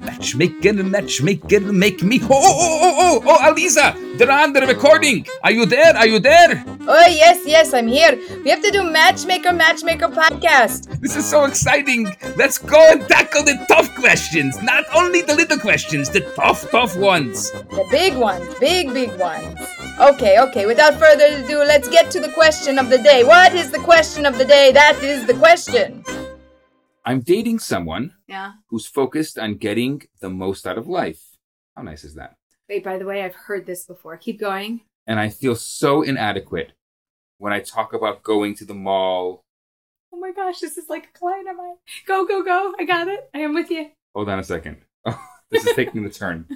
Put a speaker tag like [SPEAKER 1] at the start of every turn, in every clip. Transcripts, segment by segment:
[SPEAKER 1] matchmaker, matchmaker, make me. Oh, oh, oh, oh, oh, oh, Aliza, they're on the recording. Are you there? Are you there?
[SPEAKER 2] Oh, yes, yes, I'm here. We have to do Matchmaker Matchmaker podcast.
[SPEAKER 1] This is so exciting. Let's go and tackle the tough questions. Not only the little questions, the tough, tough ones.
[SPEAKER 2] The big ones, big, big ones. Okay, okay, without further ado, let's get to the question of the day. What is the question of the day? That is the question.
[SPEAKER 1] I'm dating someone
[SPEAKER 3] Yeah.
[SPEAKER 1] who's focused on getting the most out of life. How nice is that?
[SPEAKER 3] Wait, by the way, I've heard this before. Keep going.
[SPEAKER 1] And I feel so inadequate when I talk about going to the mall.
[SPEAKER 3] Oh my gosh, this is like a client of mine. Go, go, go. I got it. I am with you.
[SPEAKER 1] Hold on a second. Oh, this is taking the turn.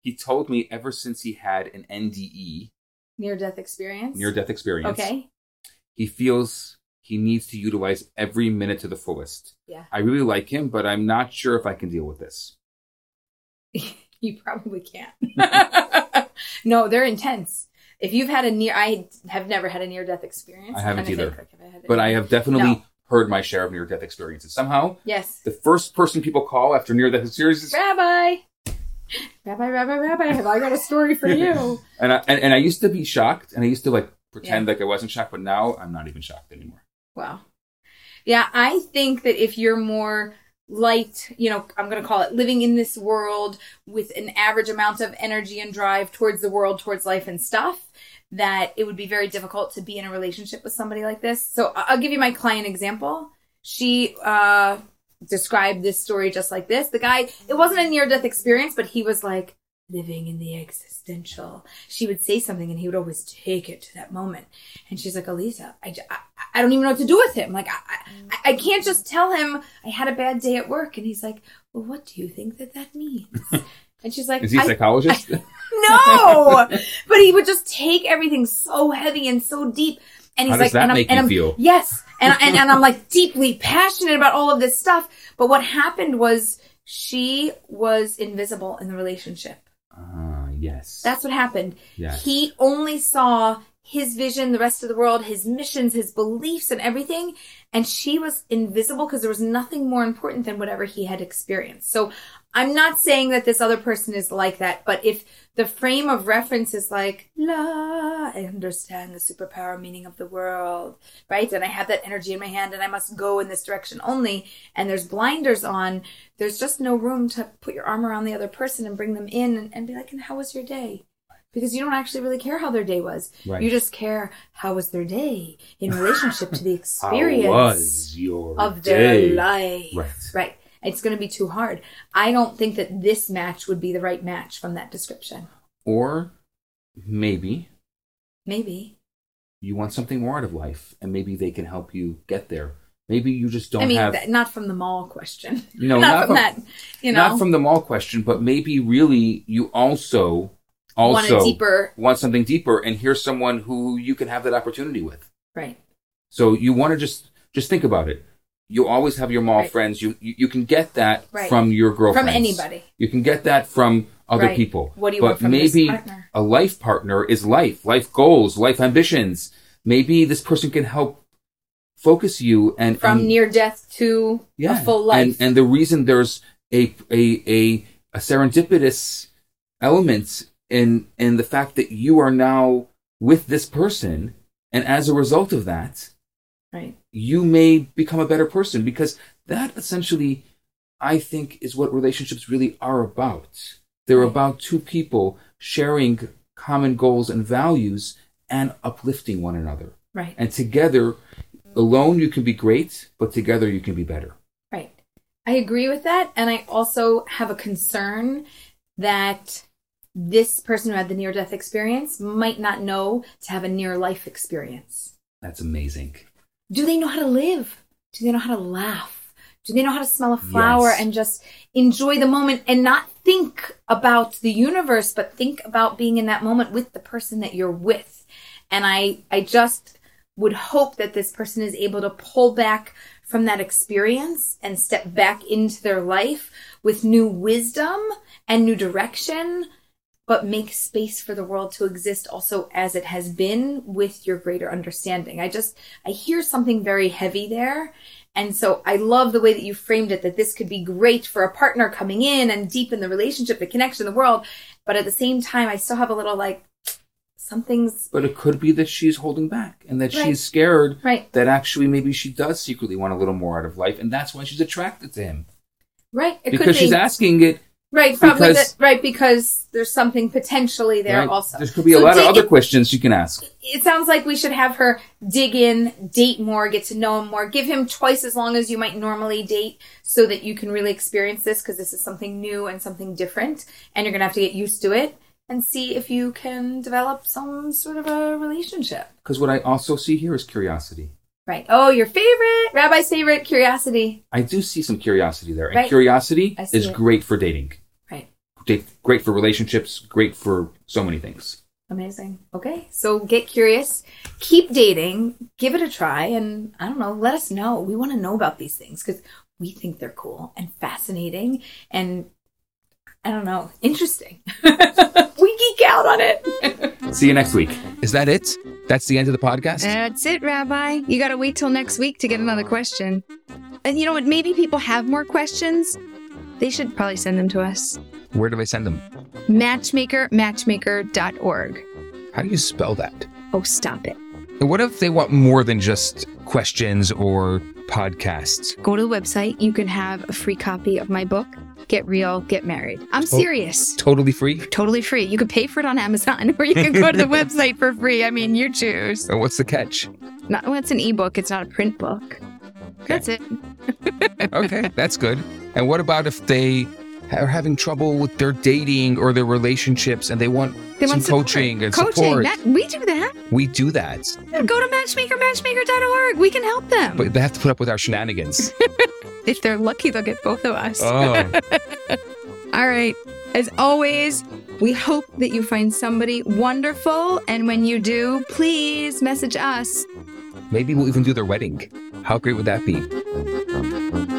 [SPEAKER 1] He told me ever since he had an NDE,
[SPEAKER 3] Near death experience.
[SPEAKER 1] near death experience,
[SPEAKER 3] Okay.
[SPEAKER 1] he feels he needs to utilize every minute to the fullest.
[SPEAKER 3] Yeah.
[SPEAKER 1] I really like him, but I'm not sure if I can deal with this.
[SPEAKER 3] You probably can't. no, they're intense. If you've had a near, I have never had a near death experience.
[SPEAKER 1] I haven't
[SPEAKER 3] I'm a
[SPEAKER 1] either.
[SPEAKER 3] fake cook. Have had it?
[SPEAKER 1] But I have definitely
[SPEAKER 3] No.
[SPEAKER 1] heard my share of near death experiences. Somehow,
[SPEAKER 3] Yes.
[SPEAKER 1] the first person people call after near death experiences
[SPEAKER 3] Rabbi. Rabbi, Rabbi, Rabbi, have I got a story for you?
[SPEAKER 1] And I and, and I used to be shocked, and I used to like pretend like I wasn't shocked, but now I'm not even shocked anymore.
[SPEAKER 3] Wow. Yeah, I think that if you're more light, you know, I'm going to call it living in this world with an average amount of energy and drive towards the world, towards life and stuff, that it would be very difficult to be in a relationship with somebody like this. So I- I'll give you my client example. She uh, described this story just like this. The guy, it wasn't a near death experience, but he was like, Living in the existential. She would say something and he would always take it to that moment. And she's like, Elisa, I, j- I, I don't even know what to do with him. Like, I, I, I can't just tell him I had a bad day at work. And he's like, well, what do you think that that means? And she's like,
[SPEAKER 1] Is he a
[SPEAKER 3] "I-
[SPEAKER 1] psychologist?
[SPEAKER 3] no, but he would just take everything so heavy and so deep. And
[SPEAKER 1] How
[SPEAKER 3] he's
[SPEAKER 1] does
[SPEAKER 3] like,
[SPEAKER 1] that
[SPEAKER 3] and I'm,
[SPEAKER 1] make
[SPEAKER 3] and
[SPEAKER 1] you
[SPEAKER 3] I'm-
[SPEAKER 1] feel?
[SPEAKER 3] Yes, and, and and I'm like deeply passionate about all of this stuff. But what happened was she was invisible in the relationship.
[SPEAKER 1] Ah, yes.
[SPEAKER 3] That's what happened.
[SPEAKER 1] Yes.
[SPEAKER 3] He only saw his vision, the rest of the world, his missions, his beliefs, and everything. And she was invisible because there was nothing more important than whatever he had experienced. So I'm not saying that this other person is like that, but if the frame of reference is like, la, I understand the superpower meaning of the world, right? And I have that energy in my hand and I must go in this direction only. And there's blinders on. There's just no room to put your arm around the other person and bring them in and, and be like, and how was your day? because you don't actually really care how their day was.
[SPEAKER 1] Right.
[SPEAKER 3] You just care how was their day in relationship to the
[SPEAKER 1] How
[SPEAKER 3] experience
[SPEAKER 1] was your
[SPEAKER 3] of
[SPEAKER 1] day?
[SPEAKER 3] their life.
[SPEAKER 1] Right.
[SPEAKER 3] Right. It's going to be too hard. I don't think that this match would be the right match from that description.
[SPEAKER 1] Or maybe
[SPEAKER 3] Maybe.
[SPEAKER 1] you want something more out of life, and maybe they can help you get there. Maybe you just don't
[SPEAKER 3] I mean,
[SPEAKER 1] have
[SPEAKER 3] that, not from the mall question.
[SPEAKER 1] No,
[SPEAKER 3] not,
[SPEAKER 1] not
[SPEAKER 3] from,
[SPEAKER 1] from-
[SPEAKER 3] that. You know,
[SPEAKER 1] not from the mall question, but maybe really you also also
[SPEAKER 3] want a deeper.
[SPEAKER 1] want something deeper, and here's someone who you can have that opportunity with.
[SPEAKER 3] Right.
[SPEAKER 1] So you want to just just think about it. You always have your mall
[SPEAKER 3] Right.
[SPEAKER 1] friends. You, you you can get that
[SPEAKER 3] Right.
[SPEAKER 1] from your girlfriend,
[SPEAKER 3] anybody.
[SPEAKER 1] You can get that from other
[SPEAKER 3] Right.
[SPEAKER 1] people.
[SPEAKER 3] What do you
[SPEAKER 1] but
[SPEAKER 3] want from this
[SPEAKER 1] maybe
[SPEAKER 3] partner?
[SPEAKER 1] a life partner is life, life goals, life ambitions. Maybe this person can help focus you and
[SPEAKER 3] From
[SPEAKER 1] and-
[SPEAKER 3] near death to
[SPEAKER 1] yeah.
[SPEAKER 3] a full life.
[SPEAKER 1] And and the reason there's a a a, a serendipitous element in in the fact that you are now with this person, and as a result of that,
[SPEAKER 3] right.
[SPEAKER 1] you may become a better person because that essentially i think is what relationships really are about they're
[SPEAKER 3] Right.
[SPEAKER 1] about two people sharing common goals and values and uplifting one another
[SPEAKER 3] Right.
[SPEAKER 1] and together alone you can be great but together you can be better
[SPEAKER 3] Right. I agree with that. And I also have a concern that this person who had the near death experience might not know to have a near life experience.
[SPEAKER 1] that's amazing
[SPEAKER 3] Do they know how to live? Do they know how to laugh? Do they know how to smell a flower
[SPEAKER 1] Yes.
[SPEAKER 3] and just enjoy the moment and not think about the universe, but think about being in that moment with the person that you're with? And I, I just would hope that this person is able to pull back from that experience and step back into their life with new wisdom and new direction, but make space for the world to exist also as it has been with your greater understanding. I just, I hear something very heavy there. And so I love the way that you framed it that this could be great for a partner coming in and deepen the relationship, the connection, the world. But at the same time, I still have a little like, something's
[SPEAKER 1] But it could be that she's holding back and that
[SPEAKER 3] Right.
[SPEAKER 1] she's scared
[SPEAKER 3] right,
[SPEAKER 1] that actually maybe she does secretly want a little more out of life, and that's why she's attracted to him
[SPEAKER 3] right. It could
[SPEAKER 1] because
[SPEAKER 3] be.
[SPEAKER 1] she's asking it.
[SPEAKER 3] Right, probably
[SPEAKER 1] Because-
[SPEAKER 3] that, right because there's something potentially there
[SPEAKER 1] right?
[SPEAKER 3] also.
[SPEAKER 1] There could be a
[SPEAKER 3] So
[SPEAKER 1] lot of
[SPEAKER 3] dig-
[SPEAKER 1] other questions she can ask.
[SPEAKER 3] It sounds like we should have her dig in, date more, get to know him more, give him twice as long as you might normally date, so that you can really experience this because this is something new and something different, and you're gonna have to get used to it and see if you can develop some sort of a relationship.
[SPEAKER 1] Because what I also see here is curiosity.
[SPEAKER 3] Right. Oh, your favorite rabbi's favorite curiosity.
[SPEAKER 1] I do see some curiosity there, and
[SPEAKER 3] Right.
[SPEAKER 1] curiosity
[SPEAKER 3] I see
[SPEAKER 1] is
[SPEAKER 3] it.
[SPEAKER 1] great for dating.
[SPEAKER 3] Right.
[SPEAKER 1] Date- Great for relationships. Great for so many things.
[SPEAKER 3] Amazing. Okay. So get curious, keep dating, give it a try, and I don't know, let us know. We want to know about these things because we think they're cool and fascinating and I don't know, interesting. we geek out on it.
[SPEAKER 1] See you next week. Is that it? That's the end of the podcast.
[SPEAKER 4] That's it, Rabbi. You got to wait till next week to get another question. And you know what? Maybe people have more questions. They should probably send them to us.
[SPEAKER 1] Where do I send them?
[SPEAKER 4] Matchmaker, matchmaker.org.
[SPEAKER 1] How do you spell that?
[SPEAKER 4] Oh, stop it.
[SPEAKER 1] And what if they want more than just questions or podcasts?
[SPEAKER 4] Go to the website. You can have a free copy of my book, Get Real, Get Married. I'm
[SPEAKER 1] Oh.
[SPEAKER 4] serious.
[SPEAKER 1] Totally free.
[SPEAKER 4] Totally free. You could pay for it on Amazon or you can go to the website for free. I mean, you choose.
[SPEAKER 1] And what's the catch?
[SPEAKER 4] Not, well, it's an ebook, it's not a print book. That's it.
[SPEAKER 1] Okay, that's good. And what about if they are having trouble with their dating or their relationships and they want
[SPEAKER 4] They
[SPEAKER 1] some
[SPEAKER 4] want support.
[SPEAKER 1] coaching and
[SPEAKER 4] Coaching.
[SPEAKER 1] support?
[SPEAKER 4] That, we do that.
[SPEAKER 1] We do that,
[SPEAKER 4] Go to matchmaker, matchmaker.org. We can help them.
[SPEAKER 1] but they have to put up with our shenanigans.
[SPEAKER 4] if they're lucky, they'll get both of us.
[SPEAKER 1] oh.
[SPEAKER 4] All right. As always, we hope that you find somebody wonderful. And when you do, please message us
[SPEAKER 1] Maybe we'll even do their wedding. How great would that be?